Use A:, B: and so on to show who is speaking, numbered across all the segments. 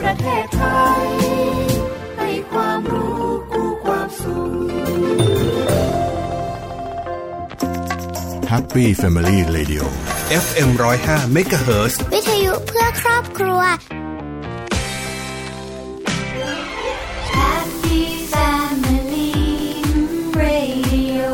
A: ประเทศไทย ให้ความรู้กู้ความสุข
B: Happy Family Radio
C: FM 105 MHz
D: วิทยุเพื่อครอบครัว
A: Happy Family Radio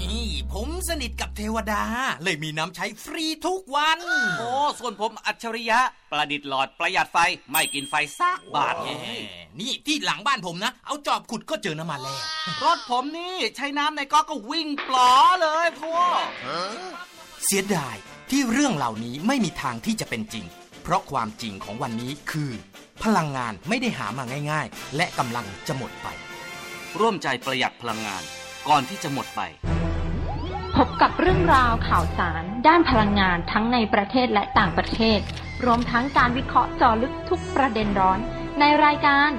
E: นี่ผมสนิทกับเทวดา เลยมีน้ำใช้ฟรีทุกวัน
F: โอ้ ส่วนผมอัจฉริยะ ประดิษฐ์หลอดประหยัดไฟ ไม่กินไฟซักบาท
E: แห
F: แน่
E: มนี่ที่หลังบ้านผมนะ เอาจอบขุดก็เจอน้ำมันแล้ว
F: รถผมนี่ใช้น้ำในก๊อกก็วิ่งปลอเลยพวก
E: เสียดายที่เรื่องเหล่านี้ไม่มีทางที่จะเป็นจริง เพราะความจริงของวันนี้คือ พลังงานไม่ได้หามาง่าย ๆ และกำลังจะหมดไป
F: ร่วมใจประหยัดพลังงาน ก่อนที่จะหมดไป
G: พบกับเรื่องราวข่าวสารด้านพลังงานทั้งในประเทศและต่างประเทศ รวมทั้งการวิเคราะห์เจอลึกทุกประเด็นร้อน ในรายการ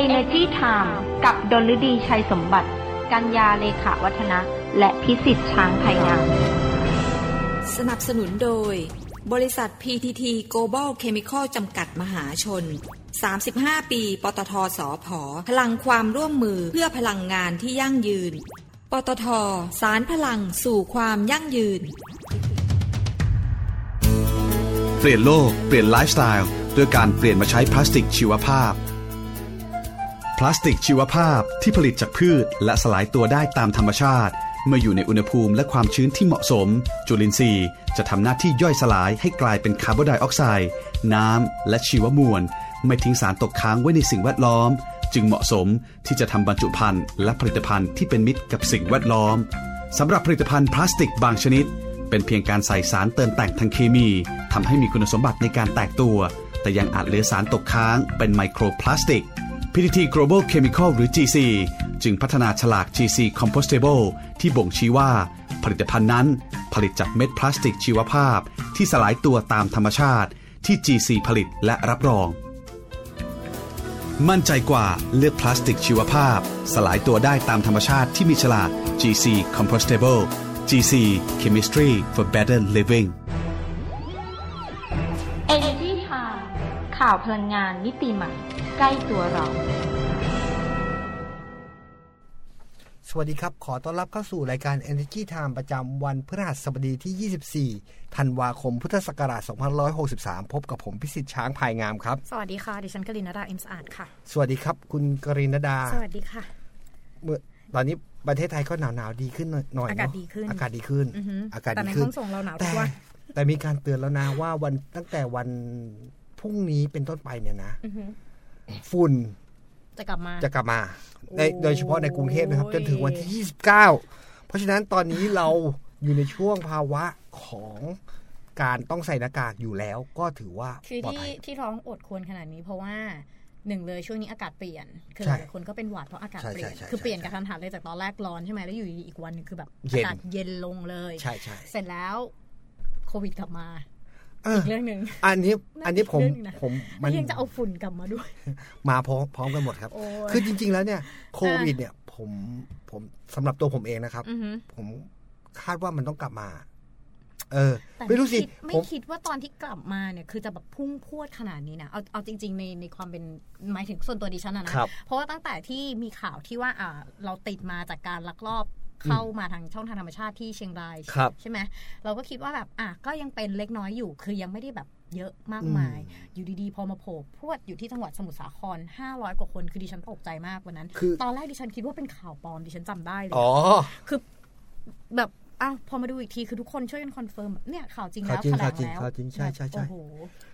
G: Energy Time กับดลฤดีชัยสมบัติ กัญญาเลขาวัฒนะ และพิสิทธิ์ช้างไพงาม
H: สนับสนุนโดย บริษัท PTT Global Chemical จำกัดมหาชน 35 ปี ปตทสอพอพลังความร่วมมือเพื่อพลังงานที่ยั่งยืน ปตท สารพลังสู่ความยั่งยืน
C: เปลี่ยนโลก เปลี่ยนไลฟ์สไตล์ด้วยการเปลี่ยนมาใช้พลาสติกชีวภาพ พลาสติกชีวภาพที่ผลิตจากพืช และสลายตัวได้ตามธรรมชาติ เมื่ออยู่ในอุณหภูมิและความชื้นที่เหมาะสม จุลินทรีย์จะทำหน้าที่ย่อยสลายให้กลายเป็นคาร์บอนไดออกไซด์น้ำและชีวมวล ไม่ทิ้งสารตกค้างไว้ในสิ่งแวดล้อม จึงเหมาะสมที่จะทำบรรจุภัณฑ์และผลิตภัณฑ์ที่เป็นมิตรกับสิ่งแวดล้อมสำหรับผลิตภัณฑ์พลาสติกบางชนิด เป็นเพียงการใส่สารเติมแต่งทางเคมีทำให้มีคุณสมบัติในการแตกตัว แต่ยังอาจเหลือสารตกค้างเป็นไมโครพลาสติก PTT Global Chemical หรือ GC จึงพัฒนาฉลาก GC Compostable ที่บ่งชี้ว่า ผลิตภัณฑ์นั้น ผลิตจากเม็ดพลาสติกชีวภาพ ที่สลายตัวตามธรรมชาติที่ GC ผลิตและรับรอง มั่นใจกว่าเลือกพลาสติกชีวภาพ สลายตัวได้ตามธรรมชาติที่มีฉลาก GC Compostable GC Chemistry for Better Living
G: Energy Time ข่าวพลังงานมิติใหม่ ใกล้ตัวเรา
I: สวัสดีครับ ขอต้อนรับเข้าสู่รายการ Energy Time ประจำวันพฤหัสบดีที่ 24 ธันวาคม พุทธศักราช 2563 พบกับผมพิสิทธิ์ช้างภายงามครับ
J: สวัสดีค่ะ ดิฉันกลินดาเอ็มสะอาดค่ะ
I: สวัสดีครับ คุณกรินดา
J: สวัสดีค่ะ
I: เมื่อตอนนี้ประเทศไทยก็หนาวหนาวๆดีขึ้นหน่อยหน่อย
J: อากาศ
I: เนะ
J: ดีขึ้น
I: อากาศดีขึ้น
J: อือฮึ
I: อากาศ
J: แต่
I: ดี
J: ใน
I: ขึ้
J: ห้องส่งเราหนาวทุ
I: แต่
J: กวัน
I: แต่มีการเตือนแล้วนะว่าวันตั้งแต่วันพรุ่งนี้เป็นต้นไปเนี่ยนะ ฝุ่น
J: จะกลับมา
I: จะกลับมาใน
J: โอ้ย
I: โดยเฉพาะในกรุงเทพนะครับ จนถึงวันที่ 29 เพราะฉะนั้นตอนนี้เราอยู่ในช่วงภาวะของการต้องใส่หน้ากากอยู่แล้ว ก็ถือว่า
J: คือ
I: ปลอด
J: ที่
I: ภัย
J: ที่ท้องอดควรขนาดนี้เพราะว่าหนึ่งเลยช่วงนี้อากาศเปลี่ยน คือ
I: ใช่
J: หลายคนก็เป็นหวัดเพราะอากาศ
I: ใช่
J: เปลี่ยน
I: ใช่ใช่
J: คือเปลี่ยนกระทันหันเลยจากตอนแรกร้อนใช่ไหมแล้วอยู่ดีๆอีกวันหนึงคือแบบ
I: เย็น
J: อากาศเย็นลงเลย
I: ใช่ใช่
J: เสร็จแล้วโควิดกลับมา
I: เออ
J: อีกเรื่องหนึ่ง
I: อันนี้อันนี้ผม
J: เรื่องหนึ่งนะ
I: ผมมั
J: แล้ว
I: น
J: ยังจะเอาฝุ่นกลับมาด้วย
I: มาพร้อมพร้อมกันหมดครับ
J: โอ้ย
I: คือจริง ๆ แล้วเนี่ยโควิดเนี่ยผมผมสำหรับตัวผมเองนะครับ
J: อือฮึ
I: ผมคาดว่ามันต้องกลับมา เออ
J: แต่
I: ไม่รู้สิ
J: คิดไม่
I: ผม
J: คิดว่าตอนที่กลับมาเนี่ยคือจะแบบพุ่งพรวดขนาดนี้นะเอาเอาจริง ๆ ในในความเป็นหมายถึงส่วนตัวดิฉันอะนะ
I: ครับ
J: เพราะว่าตั้งแต่ที่มีข่าวที่ว่าอ่าเราติดมาจากการลักลอบเข้ามาทางช่องทางธรรมชาติที่เชียงราย
I: ครับ
J: ใช่ไหมเราก็คิดว่าแบบอ่ะก็ยังเป็นเล็กน้อยอยู่ คือยังไม่ได้แบบเยอะมากมาย อยู่ดีๆ พอมาโผล่พรวดอยู่ที่จังหวัดสมุทรสาคร 500 กว่าคนคือดิฉันตกใจมากวันนั้น
I: คือ
J: ตอนแรกดิฉันคิดว่าเป็นข่าวปลอมดิฉันจำได้เลย
I: อ๋อ
J: คือแบบอ้าวพอมาดูอีกทีคือทุกคนช่วยกันคอนเฟิร์มแบบเนี่ยข่าวจริงแล้ว
I: ข่าวจริงข่าวจริง
J: แถลแล้ว
I: ข่าวจริงใช่ใช่ใช่
J: โอ้โห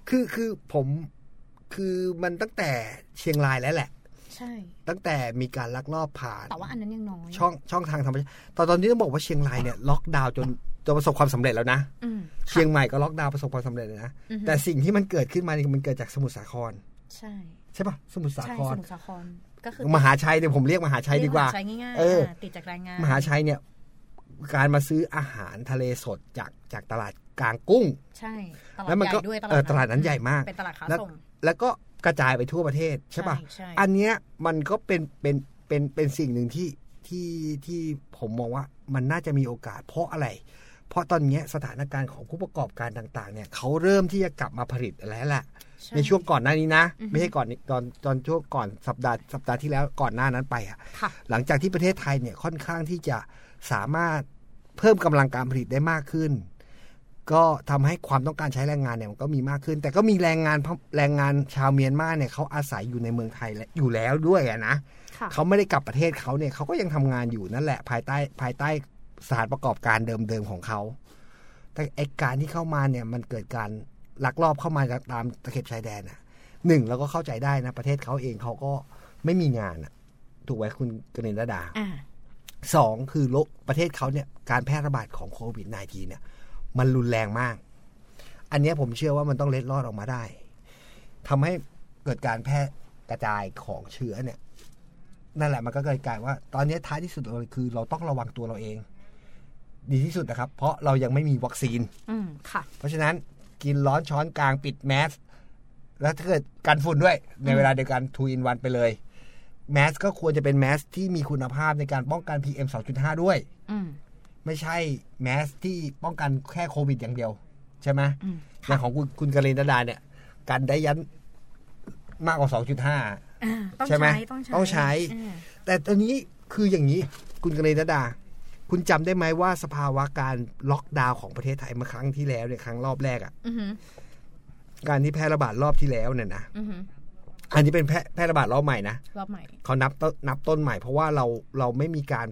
I: คือคือผมคือมันตั้งแต่เชียงรายแล้วแหละ
J: ใช่
I: ตั้งแต่มีการลักลอบผ่าน
J: แต่ว่าอันนั้นยังน้อย
I: ช่องช่องทางธรรมชาติตอนตอนนี้ต้องบอกว่าเชียงรายเนี่ยล็อกดาวน์จนจนประสบความสำเร็จแล้วนะ
J: อืม
I: เชียงใหม่ก็ล็อกดาวน์ประสบความสำเร็จเลยนะ
J: อือฮึ
I: แต่สิ่งที่มันเกิดขึ้นมาเนี่ยมันเกิดจากสมุทรสาคร
J: ใช่
I: ใช่ปะสมุทรสา
J: ใช่
I: คร
J: สมุทรสาครก็คือ
I: มหาชัยเนี่ยผมเรียกมหาชัยดีกว่า
J: ใช้ง่ายๆ
I: เออ
J: าติดจากแรงงาน
I: มหาชัยเนี่ย การมาซื้ออาหารทะเลสดจากจากตลาดกลางกุ้ง
J: ใช่ตลาด
I: แล้วมันก็
J: ใหญ่ด้วย
I: เออตลาดนั้นใหญ่มาก
J: เป็นตลาดค้า
I: แล้ว
J: ส่ง
I: แล้วก็กระจายไปทั่วประเทศใช่ปะ
J: ใช่
I: อันเนี้ยมันก็เป็นเป็นเป็นเป็นสิ่งหนึ่งที่ที่ที่ผมมองว่ามันน่าจะมีโอกาสเพราะอะไร เพราะตอนเนี้ยสถานการณ์ของผู้ประกอบการต่างๆเนี่ยเขาเริ่มที่จะกลับมาผลิตแล้วแหละ ในช่วงก่อนหน้านี้นะ ไม่ใช่ก่อนนี้ตอนตอนช่วงก่อนสัปดาห์สัปดาห์ที่แล้วก่อนหน้านั้นไปอ่ะ
J: ค่ะ
I: หลังจากที่ประเทศไทยเนี่ยค่อนข้างที่จะสามารถเพิ่มกำลังการผลิตได้มากขึ้น ก็ทำให้ความต้องการใช้แรงงานเนี่ยมันก็มีมากขึ้น แต่ก็มีแรงงานพมแรงงานชาวเมียนมาเนี่ยเขาอาศัยอยู่ในเมืองไทยและอยู่แล้วด้วยอะนะ
J: ค่ะ
I: เขาไม่ได้กลับประเทศเขาเนี่ยเขาก็ยังทำงานอยู่นั่นแหละ ภายใต้ภายใต้สถานประกอบการเดิมๆของเขา แต่ไอการที่เข้ามาเนี่ยมันเกิดการลักลอบเข้ามาจากตามตะเข็บชายแดนอ่ะหนึ่งเราก็เข้าใจได้นะประเทศเขาเองเขาก็ไม่มีงานอ่ะ ถูกไหมคุณกนินดา
J: อ่า
I: สองคือโลกประเทศเขาเนี่ยการแพร่ระบาดของโควิด -19 เนี่ย มันรุนแรงมาก อันเนี้ยผมเชื่อว่ามันต้องเล็ดลอดออกมาได้ทำให้เกิดการแพร่กระจายของเชื้อเนี่ย นั่นแหละมันก็เกิดกลายว่า ตอนเนี้ยท้ายที่สุดเลยคือ เราต้องระวังตัวเราเอง ดีที่สุดนะครับ เพราะเรายังไม่มีวัคซีน
J: อืม ค่ะ
I: เพราะฉะนั้นกินร้อนช้อนกลางปิดแมสแล้วถ้าเกิดกันฝุ่นด้วย ในเวลาเดียวกันทูอินวันไปเลย แมสก็ควรจะเป็นแมสที่มีคุณภาพในการป้องกัน PM 2.5 ด้วย
J: อืม
I: ไม่ใช่แมสที่ป้องกันแค่โควิดอย่างเดียว ใช่ไหม
J: อืม
I: อย่างของคุณคุณกรินดาดาเนี่ย กันได้ยันมากกว่า 2.5
J: อ่าต้อง
I: ใช่ไหม
J: ใช้ ต้องใช้
I: ต้องใช้
J: อ่า
I: แต่ตอนนี้คืออย่างนี้ คุณกนยดา คุณจำได้ไหมว่าสภาวะการล็อกดาวน์ของประเทศไทยเมื่อครั้งที่แล้วเนี่ยครั้งรอบแรกอะ
J: อือหือ
I: การที่แพร่ระบาดรอบที่แล้วเนี่ยนะ
J: อือหือ
I: อันนี้เป็นแพร่แพร่ระบาดรอบใหม่นะ
J: รอบใหม่
I: เขานับต้นนับต้นใหม่เพราะว่าเราเราไม่มีการ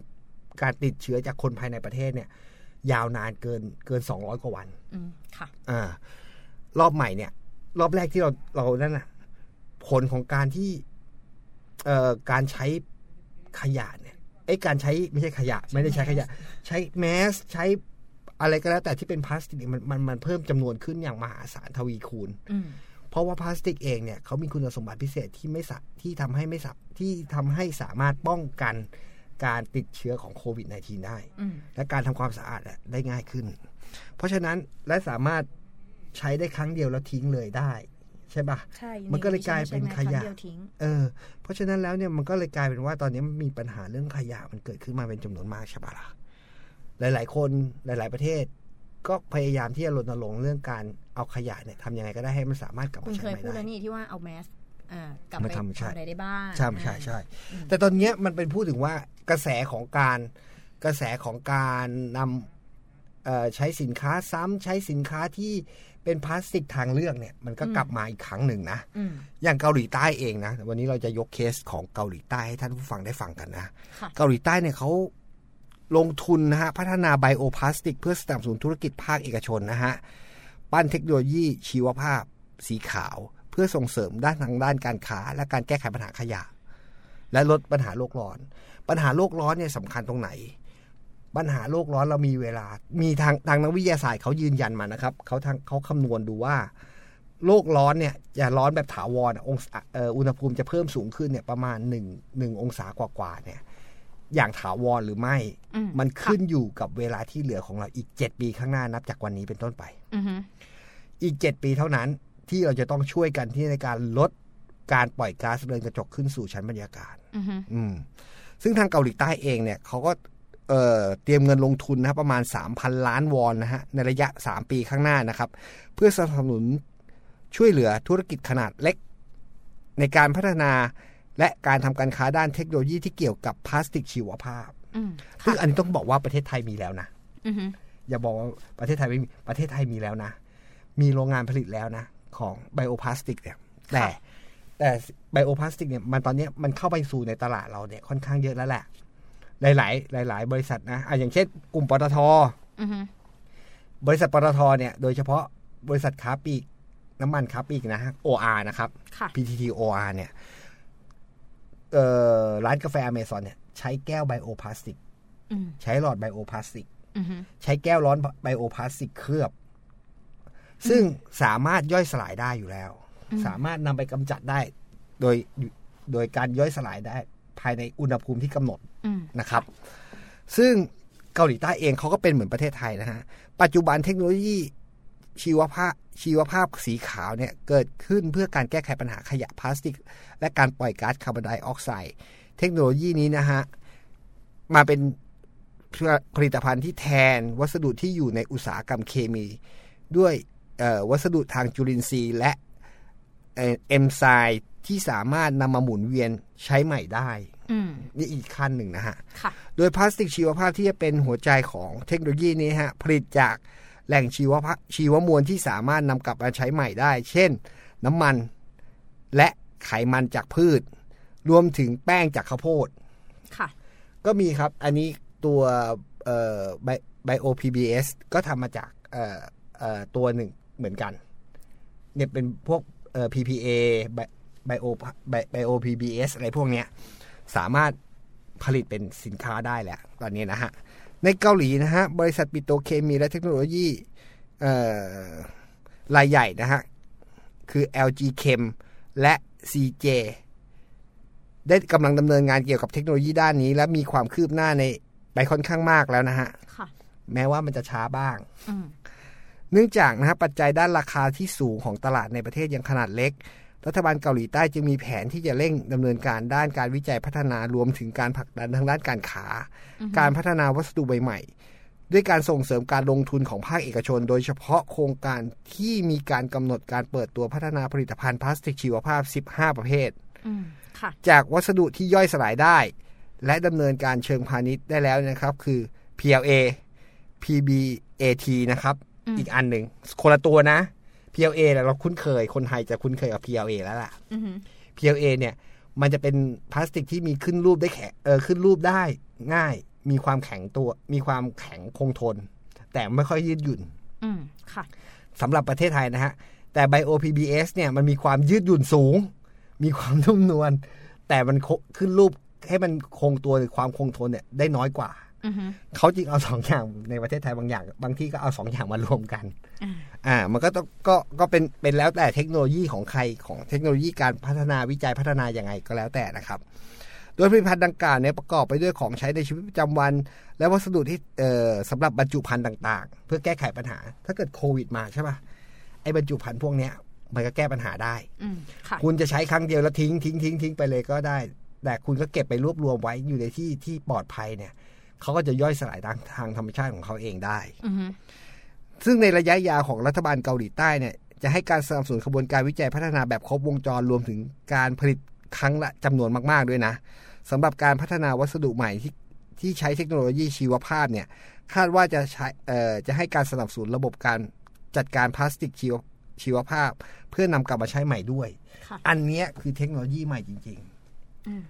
I: การติดเชื้อจากคนภายในประเทศเนี่ย ยาวนานเกินเกิน 200 กว่าวัน
J: อืม ค่ะ
I: อ่ารอบใหม่เนี่ย รอบแรกที่เราเรานั่นน่ะ ผลของการที่ เอ่อการใช้ขยะเนี่ยไอ้ยการใช้ไม่ใช่ขยะ ไม่ได้ใช้ขยะ ใช้แมสใช้อะไรก็แล้ว แต่ที่เป็นพลาสติกเนี่ยมันมันมันเพิ่มจำนวนขึ้นอย่างมหาศาลทวีคูณ
J: อืม
I: เพราะว่าพลาสติกเองเนี่ยเขามีคุณสมบัติพิเศษที่ไม่สะที่ทำให้ไม่สะที่ทำให้สามารถป้องกันการติดเชื้อของโควิด -19 ได้
J: อืม
I: และการทำความสะอาดอะได้ง่ายขึ้น เพราะฉะนั้นและสามารถใช้ได้ครั้งเดียวแล้วทิ้งเลยได้ ใช่ปะ
J: ใช่
I: มันก็เลยกลายเป็นขยะ
J: ใช่ไหมครั้งเดียวทิ้ง
I: เออ เพราะฉะนั้นแล้วเนี่ยมันก็เลยกลายเป็นว่าตอนนี้มันมีปัญหาเรื่องขยะมันเกิดขึ้นมาเป็นจำนวนมากใช่ปะล่ะ หลาย ๆ คนหลาย ๆ ประเทศ ก็พยายามที่จะรณรงค์เรื่องการเอาขยะเนี่ยทำยังไงก็ได้ให้มันสามารถกลับ
J: คุ
I: มา
J: ณ
I: ใช้
J: เคย
I: ใหม่
J: พูด
I: ได้
J: แล้วนี่ที่ว่าเอาแมสอ่ากลับ
I: มา
J: ไป
I: ทำใช่
J: ทำอะไรได้บ้าง
I: ใช่ใช่ใช่
J: อ่า อืม
I: แต่ตอนเนี้ยมันเป็นพูดถึงว่ากระแสของการกระแสของการนำเอ่อใช้สินค้าซ้ำใช้สินค้าที่เป็นพลาสติกทางเลือกเนี่ย มันก็กลับมาอีกครั้งหนึ่งนะ
J: อืม
I: อย่างเกาหลีใต้เองนะ วันนี้เราจะยกเคสของเกาหลีใต้ให้ท่านผู้ฟังได้ฟังกันนะ
J: ค่ะ
I: เกาหลีใต้เนี่ยเขาลงทุนนะฮะ พัฒนาไบโอพลาสติก เพื่อสนับสนุนธุรกิจภาคเอกชนนะฮะ ปั้นเทคโนโลยีชีวภาพ สีขาว เพื่อส่งเสริมด้านทางด้านการค้า และการแก้ไขปัญหาขยะ และลดปัญหาโลกร้อน ปัญหาโลกร้อนเนี่ยสำคัญตรงไหน ปัญหาโลกร้อนเรามีเวลา มีทางทางนักวิทยาศาสตร์เขายืนยันมานะครับเขาทางเขาคำนวณดูว่า โลกร้อนเนี่ยจะร้อนแบบถาวรอะองศาเอ่ออุณหภูมิจะเพิ่มสูงขึ้นเนี่ยประมาณหนึ่งหนึ่งองศากว่าๆเนี่ย อย่างถาวรหรือไม่
J: อืม
I: มันขึ้นอยู่กับเวลาที่เหลือของเราอีกเจ็ดปีข้างหน้านับจากวันนี้เป็นต้นไป
J: อือหือ
I: อีก 7 ปีเท่านั้นที่เราจะต้องช่วยกันที่ในการลดการปล่อยก๊าซเรือนกระจกขึ้นสู่ชั้นบรรยากาศ
J: อือหือ
I: อืมซึ่งทางเกาหลีใต้เองเนี่ยเขาก็เอ่อเตรียมเงินลงทุนนะครับประมาณ 3,000 ล้านวอนนะฮะในระยะ 3 ปีข้างหน้านะครับ เพื่อสนับสนุนช่วยเหลือธุรกิจขนาดเล็ก ในการพัฒนาและการทำการค้าด้านเทคโนโลยีที่เกี่ยวกับพลาสติกชีวภาพ
J: อืม
I: ซึ่งอันนี้ต้องบอกว่าประเทศไทยมีแล้วนะ
J: อือหือ
I: อย่าบอกว่าประเทศไทยไม่มีประเทศไทยมีแล้วนะ มีโรงงานผลิตแล้วนะ ของไบโอพลาสติกเนี่ยแต่แต่ไบโอพลาสติกเนี่ยมันตอนเนี้ยมันเข้าไปสู่ในตลาดเราเนี่ยค่อนข้างเยอะแล้วแหละ หลาย ๆ หลาย ๆ บริษัทนะอ่ะอย่างเช่น กลุ่มปตท
J: อือหือบ
I: ริษัทปตทเนี่ยโดยเฉพาะบริษัทค้าปลีกน้ำมันค้าปลีกนะฮะ OR นะครับ
J: ค่ะ
I: PTT OR เนี่ยเอ่อร้านกาแฟอเมซอนเนี่ยใช้แก้วไบโอพลาสติก
J: อืม
I: ใช้หลอดไบโอพลาสติก
J: อือหือ
I: ใช้แก้วร้อนไบโอพลาสติกเคลือบ ซึ่งสามารถย่อยสลายได้อยู่แล้ว สามารถนำไปกำจัดได้ โดยโดยการย่อยสลายได้ภายในอุณหภูมิที่กำหนด
J: อืม
I: นะครับ ซึ่งเกาหลีใต้เองเขาก็เป็นเหมือนประเทศไทยนะฮะ ปัจจุบันเทคโนโลยีชีวภาพชีวภาพสีขาวเนี่ยเกิดขึ้นเพื่อการแก้ไขปัญหาขยะพลาสติก และการปล่อยก๊าซคาร์บอนไดออกไซด์เทคโนโลยีนี้นะฮะ มาเป็น ผลิตภัณฑ์ที่แทนวัสดุที่อยู่ในอุตสาหกรรมเคมี ด้วยเอ่อวัสดุทางจุลินทรีย์และเอ่อ็มไซด์ที่สามารถนำมาหมุนเวียนใช้ใหม่ได้
J: อืม
I: นี่อีกขั้นหนึ่งนะฮะ
J: ค่ะ
I: โดยพลาสติกชีวภาพที่จะเป็นหัวใจของเทคโนโลยีนี้ฮะผลิตจากแหล่งชีวภาพชีวมวลที่สามารถนำกลับมาใช้ใหม่ได้ เช่น น้ำมันและไขมันจากพืช รวมถึงแป้งจากข้าวโพด
J: ค่ะ
I: ก็มีครับ อันนี้ตัวเอ่อไบโอพีบีเอสก็ทำมาจากเอ่อเอ่อตัวหนึ่งเหมือนกันเนี่ยเป็นพวกเอ่อ PPA ไบโอไบโอพีบีเอสอะไรพวกเนี้ยสามารถผลิตเป็นสินค้าได้แหละตอนนี้นะฮะ ในเกาหลีนะฮะ บริษัทปิโตรเคมีและเทคโนโลยีเอ่อรายใหญ่นะฮะ คือ LG Chem และ CJ ได้กำลังดำเนินงานเกี่ยวกับเทคโนโลยีด้านนี้ และมีความคืบหน้าในไปค่อนข้างมากแล้วนะฮะ
J: ค่ะ
I: แม้ว่ามันจะช้าบ้าง
J: อืม
I: เนื่องจากนะฮะปัจจัยด้านราคาที่สูงของตลาดในประเทศยังขนาดเล็ก รัฐบาลเกาหลีใต้จึงมีแผนที่จะเร่งดำเนินการด้านการวิจัยพัฒนารวมถึงการผลักดันทางด้านการค้าการพัฒนาวัสดุใหม่ๆ ด้วยการส่งเสริมการลงทุนของภาคเอกชน โดยเฉพาะโครงการที่มีการกำหนดการเปิดตัวพัฒนาผลิตภัณฑ์พลาสติกชีวภาพ 15 ประเภท
J: อืม ค่ะ
I: จากวัสดุที่ย่อยสลายได้ และดำเนินการเชิงพาณิชย์ได้แล้วนะครับ คือ PLA PBAT นะครับ
J: อืม
I: อีกอันหนึ่งคนละตัวนะ PLA เนี่ยเราคุ้นเคย คนไทยจะคุ้นเคยกับ PLA แล้วล่ะ
J: อืม
I: PLA เนี่ยมันจะเป็นพลาสติกที่มีขึ้นรูปได้แข็งเออขึ้นรูปได้ง่าย มีความแข็งตัว มีความแข็งคงทน แต่ไม่ค่อยยืดหยุ่น
J: อืม ค่ะ
I: สำหรับประเทศไทยนะฮะ แต่ BioPBS เนี่ยมันมีความยืดหยุ่นสูง มีความนุ่มนวล แต่มันโคขึ้นรูปให้มันคงตัวหรือความคงทนเนี่ยได้น้อยกว่า
J: อืม
I: เขาจึงเอาสองอย่างในประเทศไทยบางอย่าง บางที่ก็เอาสองอย่างมารวมกัน
J: อ่า
I: อ่า มันก็ต้องก็ก็เป็นเป็นแล้วแต่เทคโนโลยีของใครของเทคโนโลยีการพัฒนาวิจัยพัฒนายังไงก็แล้วแต่นะครับ โดยผลิตภัณฑ์ดังกล่าวเนี่ยประกอบไปด้วยของใช้ในชีวิตประจำวัน และวัสดุที่เอ่อสำหรับบรรจุภัณฑ์ต่างๆ เพื่อแก้ไขปัญหา ถ้าเกิดโควิดมาใช่ป่ะไอ้บรรจุภัณฑ์พวกเนี้ยมันก็แก้ปัญหาได้
J: อืม ค่ะ
I: คุณจะใช้ครั้งเดียวแล้วทิ้งทิ้งทิ้งทิ้งไปเลยก็ได้ แต่คุณก็เก็บไปรวบรวมไว้อยู่ในที่ที่ปลอดภัยเนี่ยเขาก็จะย่อยสลายทางทางธรรมชาติของเขาเองได้
J: อืม
I: ซึ่งในระยะยาวของรัฐบาลเกาหลีใต้เนี่ยจะให้การสนับสนุนขบวนการวิจัยพัฒนาแบบครบวงจรรวมถึงการผลิตครั้งละจำนวนมากๆด้วยนะสำหรับการพัฒนาวัสดุใหม่ที่ที่ใช้เทคโนโลยีชีวภาพเนี่ยคาดว่าจะใช้เอ่อจะให้การสนับสนุนระบบการจัดการพลาสติกชีวชีวภาพ เพื่อนำกลับมาใช้ใหม่ด้วย
J: ค่ะ
I: อันเนี้ยคือเทคโนโลยีใหม่จริง ๆ
J: อืม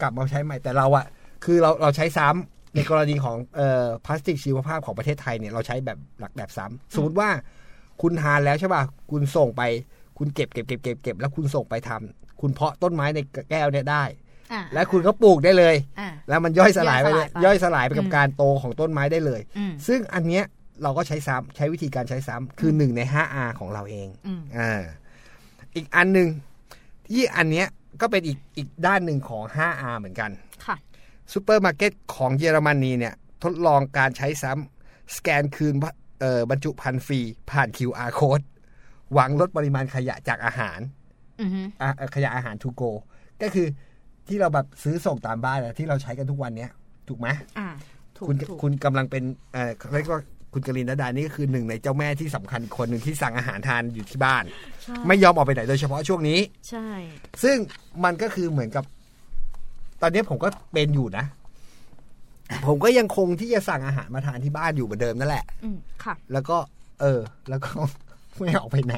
I: กลับมาใช้ใหม่แต่เราอะคือเราเราใช้ซ้ำในกรณีของเอ่อพลาสติกชีวภาพของประเทศไทยเนี่ยเราใช้แบบหลักแบบซ้ำสมมติว่าคุณทานแล้วใช่ป่ะคุณส่งไป คุณเก็บเก็บเก็บเก็บเก็บแล้วคุณส่งไปทำคุณเพาะต้นไม้ในแก้วเนี่ยได้
J: อ่า
I: และคุณก็ปลูกได้เลย
J: อ่า
I: แล้วมันย่อยสลายไป
J: ย่อยสลายไป
I: ย่อยสลายไปกับ
J: อืม
I: การโตของต้นไม้ได้เลย
J: อืม
I: ซึ่งอันเนี้ยเราก็ใช้ซ้ำใช้วิธีการใช้ซ้ำคือหนึ่งใน 5R ของเราเอง
J: อืม
I: อ่าอีกอันหนึ่งที่อันเนี้ยก็เป็นอีกอีกด้านหนึ่งของ 5R เหมือนกัน
J: ค่ะ
I: ซูเปอร์มาร์เก็ตของเยอรมนีเนี่ย ทดลองการใช้ซ้ำสแกนคืนเอ่อบรรจุภัณฑ์ฟรี ผ่าน QR code หวังลดปริมาณขยะจากอาหาร
J: อืม
I: อ่ะเอ่อขยะอาหารทูโก ก็คือที่เราแบบซื้อส่งตามบ้านอะที่เราใช้กันทุกวันเนี้ย ถูกไหม
J: อ่า ถูก
I: คุณ
J: ถูก
I: คุณกำลังเป็นเอ่อเขาเรียกว่าคุณกลินดาดานี่ก็คือหนึ่งในเจ้าแม่ที่สำคัญคนหนึ่งที่สั่งอาหารทานอยู่ที่บ้าน
J: ใช่
I: ไม่ยอมออกไปไหนโดยเฉพาะช่วงนี้
J: ใช่
I: ซึ่งมันก็คือเหมือนกับ ตอนนี้ผมก็เป็นอยู่นะ ผมก็ยังคงที่จะสั่งอาหารมาทานที่บ้านอยู่เหมือนเดิมนั่นแหละ
J: อืม ค่ะ
I: แล้วก็ เออ แล้วก็ ไม่ออกไปไหน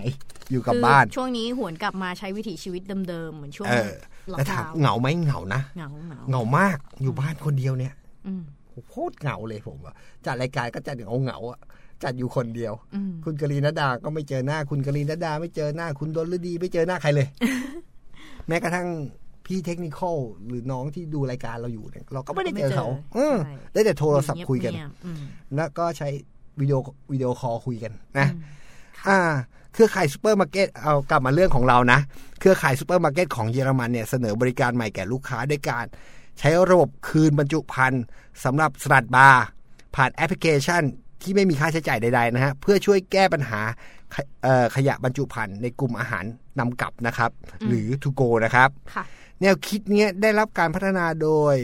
I: อยู่กับ
J: คือ
I: บ้าน
J: ช่วงนี้หวนกลับมาใช้วิถีชีวิตเดิมๆ เหมือนช่วง
I: เออ
J: ล็อ
I: แต่
J: ก
I: ถาม
J: ดาวน์
I: เหงาไหมเหงานะ
J: เหงาเหงา
I: เหงามากอยู่บ้านคนเดียวเนี่ย
J: อืม
I: โคตรเหงาเลยผมอะจัดรายการก็จัดเหงาเหงาๆอะจัดอยู่คนเดียว
J: อืม
I: คุณกรีนดา ก็ไม่เจอหน้า คุณกรีนดา ไม่เจอหน้า คุณดนฤดี ไม่เจอหน้าใครเลย แม้กระทั่งพี่เทคนิคอลหรือน้องที่ดูรายการเราอยู่เนี่ยเราก็ไม่ได้เจอเขา
J: ไม่เจอ
I: อืม
J: ใช่
I: ได้แต่โทรศัพท์คุยกัน
J: เงีบๆอืม
I: แล้วก็ใช้วิดีโอวิดีโอคอลคุยกันนะ
J: อืม
I: อ่า เครือข่ายซูเปอร์มาร์เก็ตเอากลับมาเรื่องของเรานะ เครือข่ายซูเปอร์มาร์เก็ตของเยอรมันเนี่ยเสนอบริการใหม่แก่ลูกค้าด้วยการ ใช้ระบบคืนบรรจุภัณฑ์สำหรับสลัดบาร์ผ่านแอปพลิเคชันที่ไม่มีค่าใช้จ่ายใดๆนะฮะเพื่อช่วยแก้ปัญหาขยเอ่อขยะบรรจุภัณฑ์ในกลุ่มอาหารนำกลับนะครับ หรือ to go นะครับ
J: ค่ะ
I: แนวคิดเนี้ยได้รับการพัฒนาโดย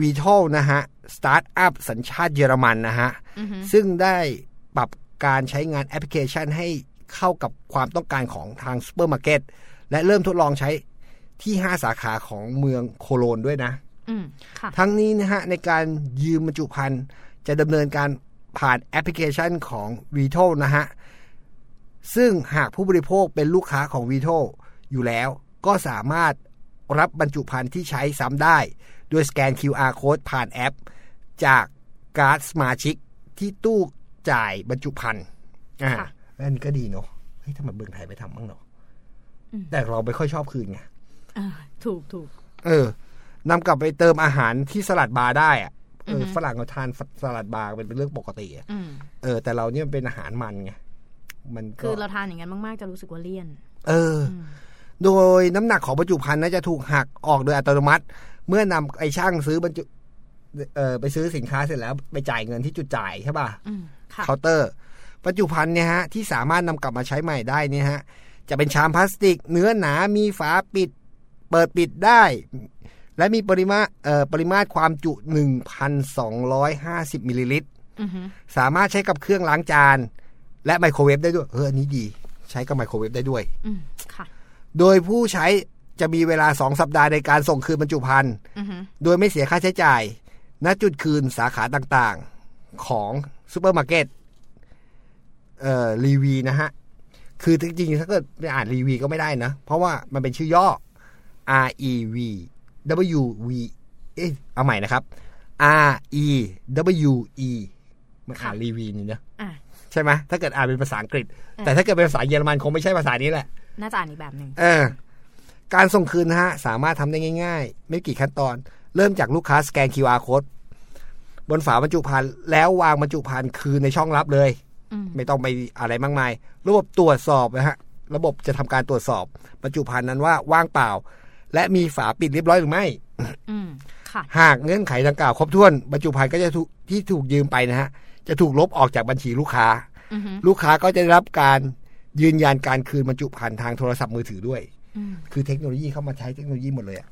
I: วีทอลนะฮะ สตาร์ทอัพสัญชาติเยอรมันนะฮะ
J: อือฮึ
I: ซึ่งได้ปรับการใช้งานแอปพลิเคชันให้เข้ากับความต้องการของทางซูเปอร์มาร์เก็ตและเริ่มทดลองใช้ที่ 5 สาขาของเมืองโคโลนด้วยนะ
J: อืมค่ะ
I: ทั้งนี้นะฮะในการยืมบรรจุภัณฑ์จะดำเนินการผ่านแอปพลิเคชันของ v i t o นะฮะ ซึ่งหากผู้บริโภคเป็นลูกค้าของ v i t o อยู่แล้วก็สามารถรับบรรจุภัณฑ์ที่ใช้ซ้ำได้ โดยสแกน QR code ผ่านแอป จากการ์ดสมาชิกที่ตู้จ่ายบรรจุภัณฑ์อ่าแล้วอันนี้ก็ดีเนาะเฮ้ยทำไมเบืองไทยไม่ทำบ้างเนาะแต่เราไม่ค่อยชอบคืนไง
J: อ่าถูกถูก
I: เออนำกลับไปเติมอาหารที่สลัดบาร์ได้อะเออ
J: อฮึ
I: ฝรั่งเราทานสลัดบาร์เป็นเรื่องปกติอะ
J: อืม
I: เออ แต่เราเนี่ยมันเป็นอาหารมันไงมันก็
J: คือเราทานอย่างนั้นมาก ๆ จะรู้สึกว่าเลี่ยน
I: เอออ โดยน้ำหนักของบรรจุภัณฑ์น่าจะถูกหักออกโดยอัตโนมัติ เมื่อนำไอ้ช่างซื้อบรรจุเออไปซื้อสินค้าเสร็จแล้วไปจ่ายเงินที่จุดจ่ายใช่ป่ะ
J: อืมค่ะ
I: เคาน์เตอร์ปัจจุบันเนี่ยฮะที่สามารถนำกลับมาใช้ใหม่ได้เนี่ยฮะจะเป็นชามพลาสติก เนื้อหนามีฝาปิด เปิดปิดได้ และมีปริมาเอ่อปริมาตรความจุ 1,250มิลลิลิตร
J: อือฮึ
I: สามารถใช้กับเครื่องล้างจาน และไมโครเวฟได้ด้วยเอออันนี้ดี ใช้กับไมโครเวฟได้ด้วย
J: อืมค่ะ
I: โดยผู้ใช้จะมีเวลา 2 สัปดาห์ในการส่งคืนบรรจุภัณฑ์
J: อือฮึ
I: โดยไม่เสียค่าใช้จ่าย ณ จุดคืนสาขาต่างๆของซูเปอร์มาร์เก็ตเอ่อรีวีนะฮะ คือจริงๆ ถ้าเกิดไปอ่านรีวีก็ไม่ได้นะ เพราะว่ามันเป็นชื่อย่อ R E V W V เอ๊ะเอาใหม่นะครับ R E W E มันอ่านรีวีนี่นะ
J: อ่ะ
I: ใช่ไหมถ้าเกิดอ่านเป็นภาษาอังกฤษ
J: อ่า
I: แต่ถ้าเกิดเป็นภาษาเยอรมันคงไม่ใช่ภาษานี้แหละ
J: น่าจะอ่านอีกแบบหนึ่ง
I: เออการส่งคืนนะฮะ สามารถทำได้ง่าย ๆ ไม่กี่ขั้นตอน เริ่มจากลูกค้าสแกน QR code บนฝาบรรจุภัณฑ์แล้ววางบรรจุภัณฑ์คืนในช่องลับเลย
J: อืม
I: ไม่ต้องไปอะไรมากมาย ระบบตรวจสอบนะฮะ ระบบจะทำการตรวจสอบบรรจุภัณฑ์นั้นว่าว่างเปล่า และมีฝาปิดเรียบร้อยหรือไม่
J: อืมค่ะ
I: หากเงื่อนไขดังกล่าวครบถ้วนบรรจุภัณฑ์ก็จะถูกที่ถูกยืมไปนะฮะ จะถูกลบออกจากบัญชีลูกค้า
J: อือฮึ
I: ลูกค้าก็จะได้รับการยืนยันการคืนบรรจุภัณฑ์ทางโทรศัพท์มือถือด้วย
J: อืม
I: คือเทคโนโลยีเข้ามาใช้เทคโนโลยีหมดเลยอะ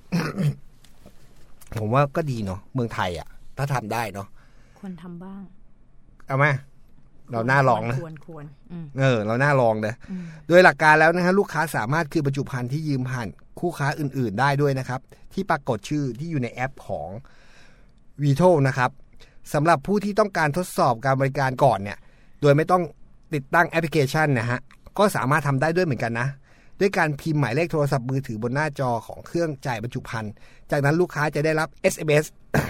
I: ผมว่าก็ดีเนาะเมืองไทยอะถ้าทำได้เนาะ
J: ควรทำบ้าง
I: เอามาเราหน้าลองนะ
J: ควรควรอืม
I: เออ เราหน้าลองนะ
J: อืม
I: โดยหลักการแล้วนะฮะลูกค้าสามารถคือบรรจุภัณฑ์ที่ยืมผ่านคู่ค้าอื่น ๆ ได้ด้วยนะครับ ที่ปรากฏชื่อที่อยู่ในแอปของ v i t o นะครับสำหรับผู้ที่ต้องการทดสอบการบริการก่อนเนี่ย โดยไม่ต้องติดตั้งแอปพลิเคชันนะฮะก็สามารถทำได้ด้วยเหมือนกันนะ ด้วยการพิมพ์หมายเลขโทรศัพท์มือถือบนหน้าจอของเครื่องจ่ายบรรจุภัณฑ์ จากนั้นลูกค้าจะได้รับ SMS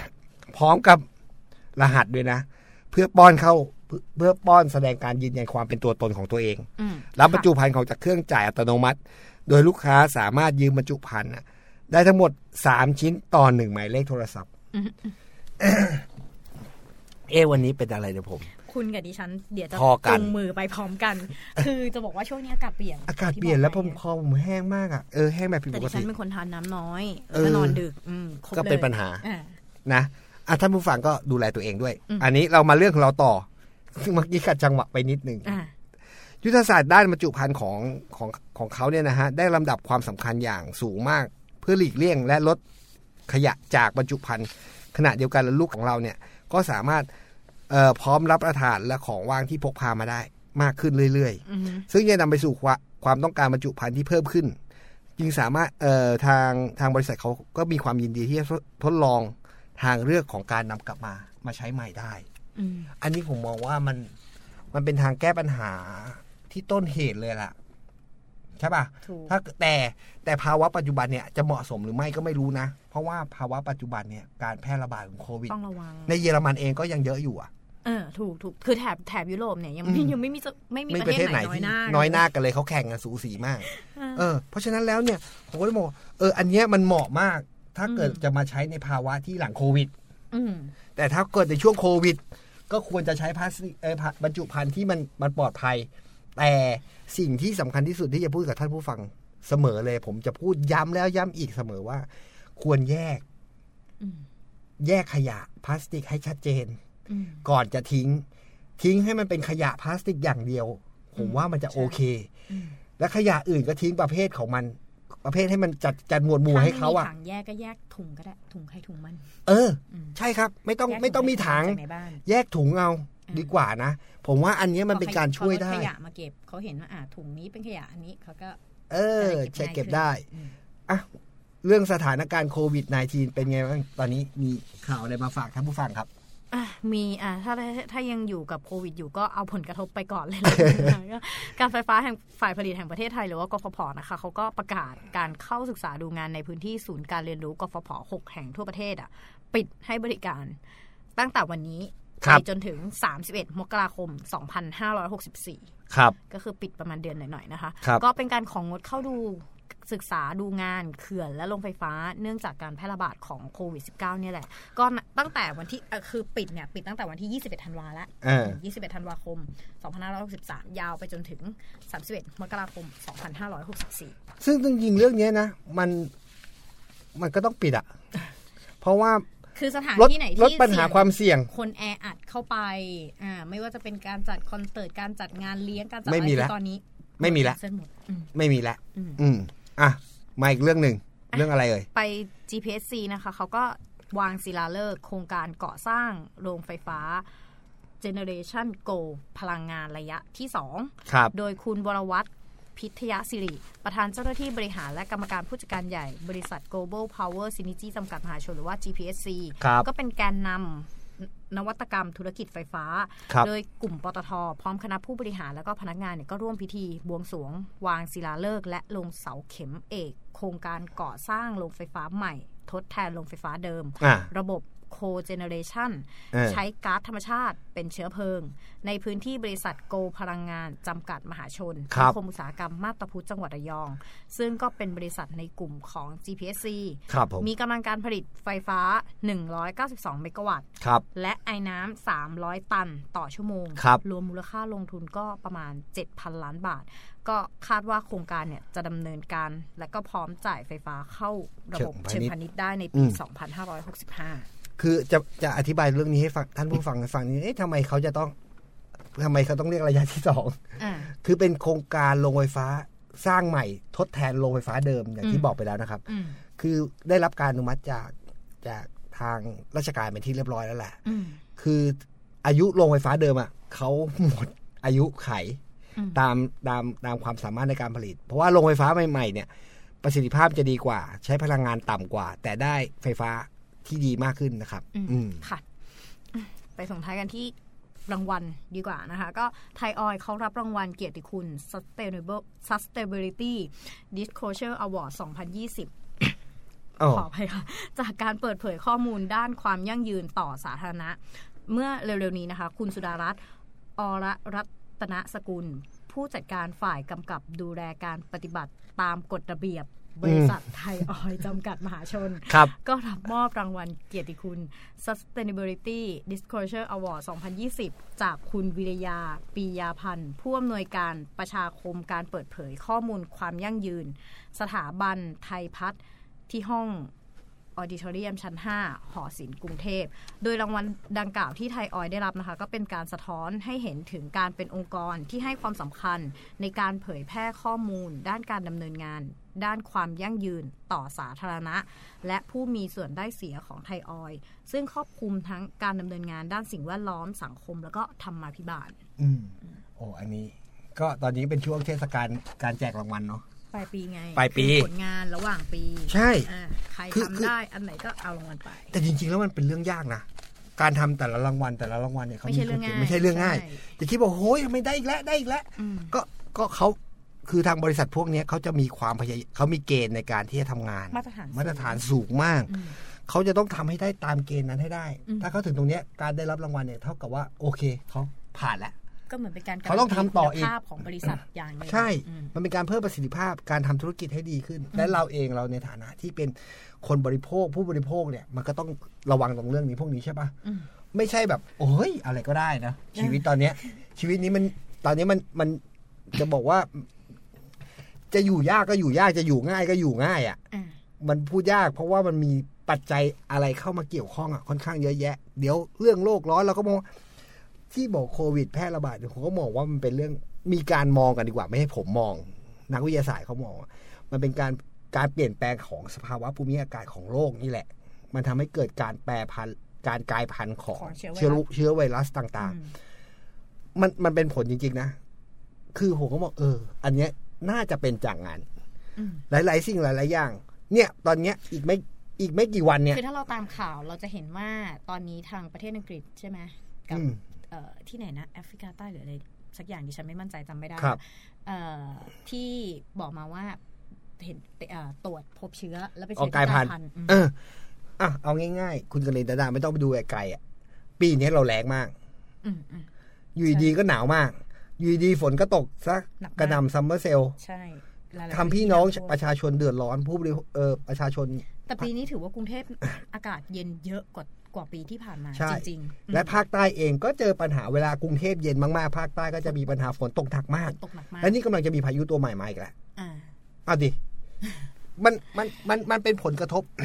I: พร้อมกับรหัสด้วยนะ เพื่อป้อนเข้าเพื่อเพื่อป้อนแสดงการยืนยันความเป็นตัวตนของตัวเอง
J: อืม
I: รับบรรจุภัณฑ์ของจากเครื่องจ่ายอัตโนมัติ โดยลูกค้าสามารถยืมบรรจุภัณฑ์น่ะได้ทั้งหมด 3 ชิ้นต่อหนึ่งหมายเลขโทรศัพท์ เอะวันนี้เป็นอะไรเนี่ยผม
J: คุณกับดิฉันเดี๋ยวจะ
I: พอกัน
J: จูงมือไปพร้อม กัน คือจะบอกว่าช่วงนี้อากาศเปลี่ยน
I: อากาศเปลี่ยนแล้วผม
J: ที่บ
I: ค
J: อกไป
I: อผมแห้งมากอ่ะเออแห้งแบบผิด
J: แต่
I: ปก
J: ดิฉั
I: ติ
J: นเป็นคนทานน้ำน้อย
I: เออ
J: แล้วก็นอนดึกอืมครบ
I: ก็
J: ลย
I: เป็นปัญหา
J: อ่ะ
I: นะอ่ะท่านผู้ฟังก็ดูแลตัวเองด้วย
J: อืม
I: อันนี้เรามาเรื่องของเราต่อ ซึ่งเมื่อกี้ขัดจังหวะไปนิดหนึง
J: อ่ะ
I: ยุทธศาสตร์ด้านบรรจุภัณฑ์ของของของเขาเนี่ยนะฮะได้ลำดับความสำคัญอย่างสูงมาก เพื่อหลีกเลี่ยงและลดขยะจากบรรจุภัณฑ์ขณะเดียวกันลูกของเราเนี่ยก็สามารถเอ่อพร้อมรับประทานและของว่างที่พกพามาได้มากขึ้นเรื่อย
J: อือฮึ
I: ๆ ซึ่งจะนำไปสู่ความความต้องการบรรจุภัณฑ์ที่เพิ่มขึ้น จึงสามารถเอ่อทางทางบริษัทเขาก็มีความยินดีที่จะทดทดลองทางเลือกของการนำกลับมามาใช้ใหม่ได้
J: อืม
I: อันนี้ผมมองว่ามันมันเป็นทางแก้ปัญหาที่ต้นเหตุเลยล่ะ ใช่ป่ะ
J: ถูก
I: ถ้าแต่แต่ภาวะปัจจุบันเนี่ยจะเหมาะสมหรือไม่ก็ไม่รู้นะ เพราะว่าภาวะปัจจุบันเนี่ยการแพร่ระบาดของโควิด
J: ต้องระวัง
I: ในเยอรมันเองก็ยังเยอะอยู่อ่ะ
J: เออถูกถูกคือแถบแถบยุโรปเนี่ยยังไม่
I: อืม
J: ยังไม่มีจะไม่มี
I: ไม่
J: ประเทศไหนน้อย
I: ที่
J: หน้า
I: น้อยหน้ากันเลยเขาแข่งกันสูสีมาก
J: เออ
I: เออ เพราะฉะนั้นแล้วเนี่ยผมก็เลยมองว่าเอออันเนี้ยมันเหมาะมาก ถ้าเกิด
J: อืม
I: จะมาใช้ในภาวะที่หลังโควิด
J: อืม
I: แต่ถ้าเกิดในช่วงโควิด ก็ควรจะใช้พลาสติกเอ่อพลาบรรจุภัณฑ์ที่มันมันปลอดภัย แต่สิ่งที่สำคัญที่สุดที่จะพูดกับท่านผู้ฟังเสมอเลย ผมจะพูดย้ำแล้วย้ำอีกเสมอว่า ควรแยก
J: อืม
I: แยกขยะพลาสติกให้ชัดเจน
J: อืม
I: ก่อนจะทิ้ง ทิ้งให้มันเป็นขยะพลาสติกอย่างเดียว ผมว่ามันจะ
J: ใช่
I: โอเค
J: อืม
I: และขยะอื่นก็ทิ้งประเภทของมัน ประเภทให้มันจัดจัดหมวดหมู่ให้เขาอ่ะ
J: ถ้ไม่มีถังแยกก็แยกถุงก็ได้ถุงใครถุงมัน
I: เออ
J: อืม
I: ใช่ครับ ไม่ต้อง
J: แยก
I: ไม่ต้องมีถัง
J: จากในบ้าน
I: แยกถุงเอา
J: อืม
I: ดีกว่านะ ผมว่าอันเนี้ยมันเป็นการช่วยได้
J: เขาลขยะมาเก็บเขาเห็นว่าอ่าถุงนี้เป็นขยะอันนี้เขาก็
I: เออ
J: จะ
I: ใช้
J: ง่าย
I: เก็บ
J: ขึ้น
I: ได้
J: อืม
I: อ่ะ เรื่องสถานการณ์โควิด -19 เป็นไงบ้างตอนนี้มีข่าวอะไรมาฝากท่านผู้ฟังครับ
J: อ่ะมีอ่ะถ้าถ้ายังอยู่กับโควิดอยู่ก็เอาผลกระทบไปก่อนเลย แล้วกัน การไฟฟ้าแห่งฝ่ายผลิตแห่งประเทศไทยหรือว่ากฟผนะคะเขาก็ประกาศการเข้าศึกษาดูงานในพื้นที่ศูนย์การเรียนรู้กฟผ6แห่งทั่วประเทศอ่ะปิดให้บริการตั้งแต่วันนี้
I: ครับ
J: ไปจนถึง 31 มกราคม 2564
I: ครับ
J: ก็คือปิดประมาณเดือนหน่อยๆนะคะ
I: ครับ
J: ก็เป็นการของงดเข้าดูศึกษาดูงานเขื่อนและโรงไฟฟ้าเนื่องจากการแพร่ระบาดของโควิด -19 เนี่ยแหละ ก็ตั้งแต่วันที่เอ่อคือปิดเนี่ย ปิดตั้งแต่วันที่ 21 ธันวาแล้ว
I: เออ
J: 21 ธันวาคม 2563 ยาวไปจนถึง 31 มกราคม 2564
I: ซึ่งจริงๆเรื่องเนี้ยนะ มันมันก็ต้องปิด อะเพราะว่า
J: คือสถาน
I: ลด
J: ที่ไหนที่
I: ลดปัญหา
J: เสี่ยง
I: ความเสี่ยง
J: คนแออัดเข้าไป อ่า ไม่ว่าจะเป็นการจัดคอนเสิร์ต การจัดงานเลี้ยง การจัด
I: ไม่มี
J: อะร
I: แล้ว
J: คือตอนนี้
I: ไม่มีแล้ว
J: เส้นหมดอืม
I: ไม่มีแล้ว
J: อืม
I: อืมอ่ะมาอีกเรื่องหนึ่งเรื่องอะไรเอ่ย
J: ไป GPSC นะคะเขาก็วางศิลาฤกษ์โครงการก่อสร้างโรงไฟฟ้า Generation Go พลังงานระยะที่ 2
I: ครับ
J: โดยคุณวรวัตรพิทยสิริ ประธานเจ้าหน้าที่บริหารและกรรมการผู้จัดการใหญ่บริษัท Global Power Synergy จำกัดมหาชนหรือว่า GPSC
I: ครับ
J: ก็เป็นแกนนำนวัตกรรมธุรกิจไฟฟ้า
I: ครับ
J: โดยกลุ่มปตท พร้อมคณะผู้บริหารและก็พนักงานเนี่ยก็ร่วมพิธีบวงสรวง วางศิลาฤกษ์และลงเสาเข็มเอก โครงการก่อสร้างโรงไฟฟ้าใหม่ ทดแทนโรงไฟฟ้าเดิม
I: อ่ะ
J: ระบบโคเจเนเรชัน
I: เออ
J: ใช้ก๊าซธรรมชาติเป็นเชื้อเพลิง ในพื้นที่บริษัทโกพลังงานจำกัดมหาชน
I: ครับ
J: นิคมอุตสาหกรรมมาบตาพุธจังหวัดระยอง ซึ่งก็เป็นบริษัทในกลุ่มของ GPSC
I: ครับผม
J: มีกำลังการผลิตไฟฟ้า 192 เมกะวัตต์
I: ครับ
J: และไอ้น้ำ 300 ตันต่อชั่วโมง
I: ครับ
J: วมมูลค่าลงทุนก็ประมาณ 7,000 ล้านบาท ก็คาดว่าโครงการเนี่ยจะดำเนินการ และก็พร้อมจ่ายไฟฟ้าเข้าระบบเชิงพาณิชย์ได้ในปี 2565
I: คือจะจะอธิบายเรื่องนี้ให้ฟังท่านผู้ฟังฟังนี้เอ๊ะทำไมเขาจะต้องทำไมเขาต้องเรียกระยะที่สอง
J: อ่า
I: คือเป็นโครงการโรงไฟฟ้าสร้างใหม่ ทดแทนโรงไฟฟ้าเดิมอย่างที่
J: อืม
I: บอกไปแล้วนะครับ
J: อืม
I: คือได้รับการอนุมัติจากจากทางราชการเป็นที่เรียบร้อยแล้วแหละ
J: อืม
I: คืออายุโรงไฟฟ้าเดิมอ่ะเขาหมดอายุไข
J: อืม
I: ตามตามตามความสามารถในการผลิต เพราะว่าโรงไฟฟ้าใหม่ๆเนี่ย ประสิทธิภาพจะดีกว่า ใช้พลังงานต่ำกว่า แต่ได้ไฟฟ้าที่ดีมากขึ้นนะครับ อืม
J: ค่ะอืมไปส่งท้ายกันที่รางวัลดีกว่านะคะ ก็ไทยออยเขารับรางวัลเกียรติคุณ Sustainable Sustainability Disclosure Award 2020
I: อ๋อ
J: ขออภัยค่ะ จากการเปิดเผยข้อมูลด้านความยั่งยืนต่อสาธารณะ เมื่อเร็วๆนี้นะคะ คุณสุดารัตน์อรรัตนสกุล ผู้จัดการฝ่ายกำกับดูแลการปฏิบัติตามกฎระเบียบบริษัทไทยออยล์จำกัดมหาชน
I: ครับ
J: ก็รับมอบรางวัลเกียรติคุณ Sustainability Disclosure Award 2020 จากคุณวิริยา ปียาพันธ์ ผู้อำนวยการประชาคมการเปิดเผยข้อมูลความยั่งยืน สถาบันไทยพัฒน์ที่ห้อง ออดิทอเรียมชั้น 5 หอศิลป์กรุงเทพ โดยรางวัลดังกล่าวที่ไทยออยได้รับนะคะ ก็เป็นการสะท้อนให้เห็นถึงการเป็นองค์กรที่ให้ความสำคัญในการเผยแพร่ข้อมูล ด้านการดำเนินงาน ด้านความยั่งยืนต่อสาธารณะ และผู้มีส่วนได้เสียของไทยออยซึ่งครอบคลุมทั้งการดำเนินงานด้านสิ่งแวดล้อมสังคม แล้วก็ธรรมาภิบาล
I: อืมโอ้อันนี้ ก็ตอนนี้เป็นช่วงเทศกาลการแจกรางวัลเนาะ
J: ปลายปีไง
I: ปลายปี
J: คือผลงานระหว่างปี
I: ใช่
J: อ่าใคร
I: คือ
J: ทำ
I: คือ
J: ได้อันไหนก็เอารางวัลไป
I: แต่จริงๆ แล้วมันเป็นเรื่องยากนะ การทำแต่ละรางวัลแต่ละรางวัลเนี่ยเขา
J: ไม่ใช่เรื่องง่าย
I: ไม่ใช่เรื่องง่าย
J: ใช่
I: จะคิดว่าโอ้ยไม่ได้อีกแล้วได้อีกแล้ว
J: อืม
I: ก็ก็เขาคือทางบริษัทพวกเนี้ยเขาจะมีความพยายเขามีเกณฑ์ในการที่จะทำงาน
J: มาตรฐานสูง
I: มาตรฐานสูงมาก
J: อืม
I: เขาจะต้องทำให้ได้ตามเกณฑ์นั้นให้ได้
J: อืม
I: ถ้าเขาถึงตรงเนี้ยการได้รับรางวัลเนี่ยเท่ากับว่าโอเคเขาผ่านแล้ว
J: ก็เหมือนเป็นการ
I: เขาต้องทำต่ออีก
J: คุณภาพของบริษัทอย่างหนึง
I: ใช่
J: อืม
I: มันเป็นการเพิ่มประสิทธิภาพการทำธุรกิจให้ดีขึ้น และเราเองเราในฐานะที่เป็นคนบริโภคผู้บริโภคเนี่ย มันก็ต้องระวังตรงเรื่องนี้พวกนี้ใช่ปะ
J: อืม
I: ไม่ใช่แบบ โอ้ยอะไรก็ได้นะ ชีวิตตอนเนี้ย ชีวิตนี้มันตอนนี้มันมันจะบอกว่า จะอยู่ยากก็อยู่ยากจะอยู่ง่ายก็อยู่ง่ายอ่ะ
J: อ่า
I: มันพูดยากเพราะว่ามันมีปัจจัยอะไรเข้ามาเกี่ยวข้องอ่ะค่อนข้างเยอะแยะ เดี๋ยวเรื่องโลกร้อนเราก็มองที่บอกโควิดแพร่ระบาดเนี่ยผมก็มองว่ามันเป็นเรื่องมีการมองกันดีกว่า ไม่ให้ผมมอง นักวิทยาศาสตร์เขามองว่ามันเป็นการ การเปลี่ยนแปลงของสภาวะภูมิอากาศของโลกนี่แหละ มันทำให้เกิดการแปรพันธุ์การกลายพันธุ์ของ
J: ของเชื้อ
I: อ
J: ไวรัส
I: โรคเชื้อไวรัสต่าง
J: อืม
I: ๆ มันมันเป็นผลจริง ๆ นะ คือผมก็บอกเออ อันเนี้ยน่าจะเป็นจากงาน
J: อืม
I: หลาย ๆ สิ่งหลาย ๆ อย่าง เนี่ย ตอนเนี้ยอีกไม่อีกไม่กี่วันเนี่ย
J: คือถ้าเราตามข่าวเราจะเห็นว่าตอนนี้ทางประเทศอังกฤษใช่ไหมกับ
I: อืม
J: เอ่อที่ไหนนะ แอฟริกาใต้หรืออะไรสักอย่างดิฉันไม่มั่นใจจำไม่ได้
I: ครับ
J: เอ่อที่บอกมาว่าเห็นเอ่อตรวจพบเชื้อแล้วไป
I: อ
J: เชื้
I: อก
J: ที่
I: กลายพันธุ์
J: อืม
I: เอออ่ะเอาง่าย ๆ คุณกนินดาไม่ต้องไปดูไกลๆอ่ะ ปีนี้เราแรงมาก
J: อืมอืม
I: อยู่ดีๆก็หนาวมาก อยู่ดีๆฝนก็ตกซะ
J: หนักมาก
I: กระหนำซัมเมอร์เซลล์
J: ใช่หลายๆ
I: ทำพี่น้อง
J: ที่
I: ประชาชนเดือดร้อนผู้บริโภคเออประชาชน
J: แต่ปีนี้ถือว่ากรุงเทพอากาศเย็นเยอะกว่ากว่าปีที่ผ่านมา
I: ใช่
J: จริงๆอืม
I: และภาคใต้เองก็เจอปัญหาเวลากรุงเทพเย็นมากๆ ภาคใต้ก็จะมีปัญหาฝนตกหนักมา
J: ฝ
I: ก
J: นตกหนักมาก
I: และนี่กำลังจะมีพายุตัวใหม่มาอีกแล้ว
J: อ่า
I: เอาดิ มันมันมันมันเป็นผลกระทบ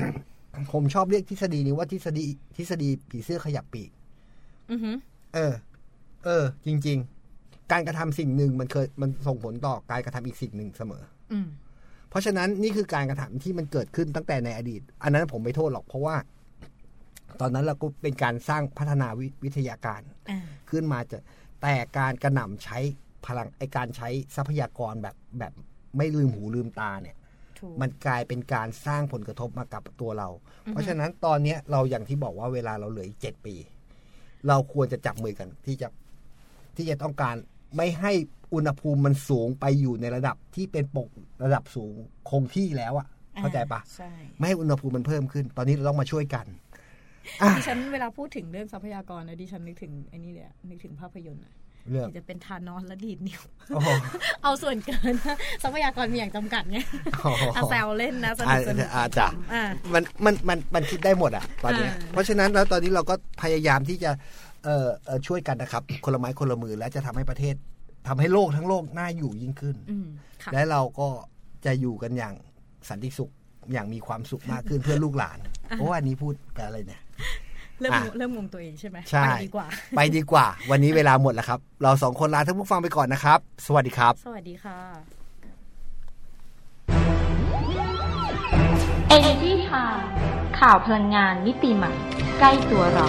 I: ผมชอบเรียกทฤษฎีนี้ว่าทฤษฎีทฤษฎีผีเสื้อขยับปีก
J: อือหือ
I: เออ เออ จริง ๆ การกระทำสิ่งหนึ่งมันเคยมันส่งผลต่อการกระทำอีกสิ่งหนึ่งเสมอ
J: อืม
I: เพราะฉะนั้นนี่คือการกระทำที่มันเกิดขึ้นตั้งแต่ในอดีต อันนั้นผมไม่โทษหรอกเพราะว่า ตอนนั้นเราก็เป็นการสร้างพัฒนาวิวิทยาการ
J: อ่า
I: ขึ้นมาจะแต่การกระหน่ำใช้พลังไอการใช้ทรัพยากรแบบแบบไม่ลืมหูลืมตาเนี่ย
J: ถูก
I: มันกลายเป็นการสร้างผลกระทบมากับตัวเรา เพราะฉะนั้นตอนเนี้ยเราอย่างที่บอกว่าเวลาเราเหลืออีกเจ็ดปี เราควรจะจับมือกันที่จะที่จะต้องการไม่ให้อุณหภูมิมันสูงไปอยู่ในระดับที่เป็นปกระดับสูงคงที่แล้วอะเข้าใจปะ
J: อ่ใช่
I: ไม่ให้อุณหภูมิมันเพิ่มขึ้น ตอนนี้เราต้องมาช่วยกันอ่ะ
J: ดิฉันเวลาพูดถึงเรื่องทรัพยากรนะดิฉันนึกถึงไอ้นี่เลยอะนึกถึงภาพยนตร์อะ
I: เรื่อง
J: ที่จะเป็นทานอสและดีดนิ้ว
I: โอ้โห
J: เอาส่วนเกิน ทรัพยากรมีอย่างจำกัดไง
I: อ๋ออ่
J: ะแซวเล่นนะสนุ
I: อ่ะ
J: กสนุก
I: อาจ้ะ
J: อ่ะ
I: มันมันมันมันคิดได้หมดอ่ะ ตอนเนี้ย
J: อ่า
I: เพราะฉะนั้นแล้วตอนนี้เราก็พยายามที่จะเอ่อเอ่อช่วยกันนะครับ คนละไม้คนละมือและจะทำให้ประเทศทำให้โลกทั้งโลกน่าอยู่ยิ่งขึ้น
J: อืมค่ะ
I: และเราก็จะอยู่กันอย่างสันติสุขอย่างมีความสุขมาก ขึ้นเพื่อลูกหลานเพราะว่าอันนี้พูดกับอะไรเนี่ย
J: เริ่ม
I: อ่ะ
J: งงเริ่มงงตัวเองใช่ไหม
I: ใช่
J: ไปดีกว่า
I: ไปดีกว่า วันนี้เวลาหมดแล้วครับ เราสองคนลาท่านผู้ฟังไปก่อนนะครับ สวัสดีครับ
J: สวัสดีค่ะ
G: Energy Time ข่าวพลังงานมิติใหม่ใกล้ตัวเรา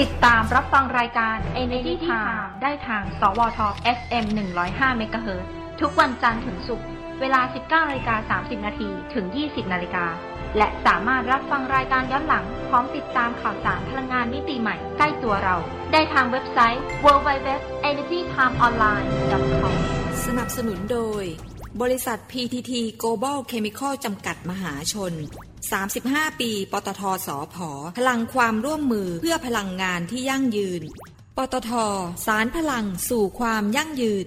G: ติดตามรับฟังรายการ Energy Time ได้ทาง สวท FM 105 MHz ทุกวันจันทร์ถึงศุกร์ เวลา 19นาฬิกา30 นาทีถึง 20นาฬิกา และสามารถรับฟังรายการย้อนหลัง พร้อมติดตามข่าวสารพลังงานมิติใหม่ใกล้ตัวเรา ได้ทางเว็บไซต์ www.energytimeonline.com
H: สนับสนุนโดย บริษัท PTT Global Chemical จำกัดมหาชน 35 ปี ปตทสอผอพลังความร่วมมือเพื่อพลังงานที่ยั่งยืน ปตทสารพลังสู่ความยั่งยืน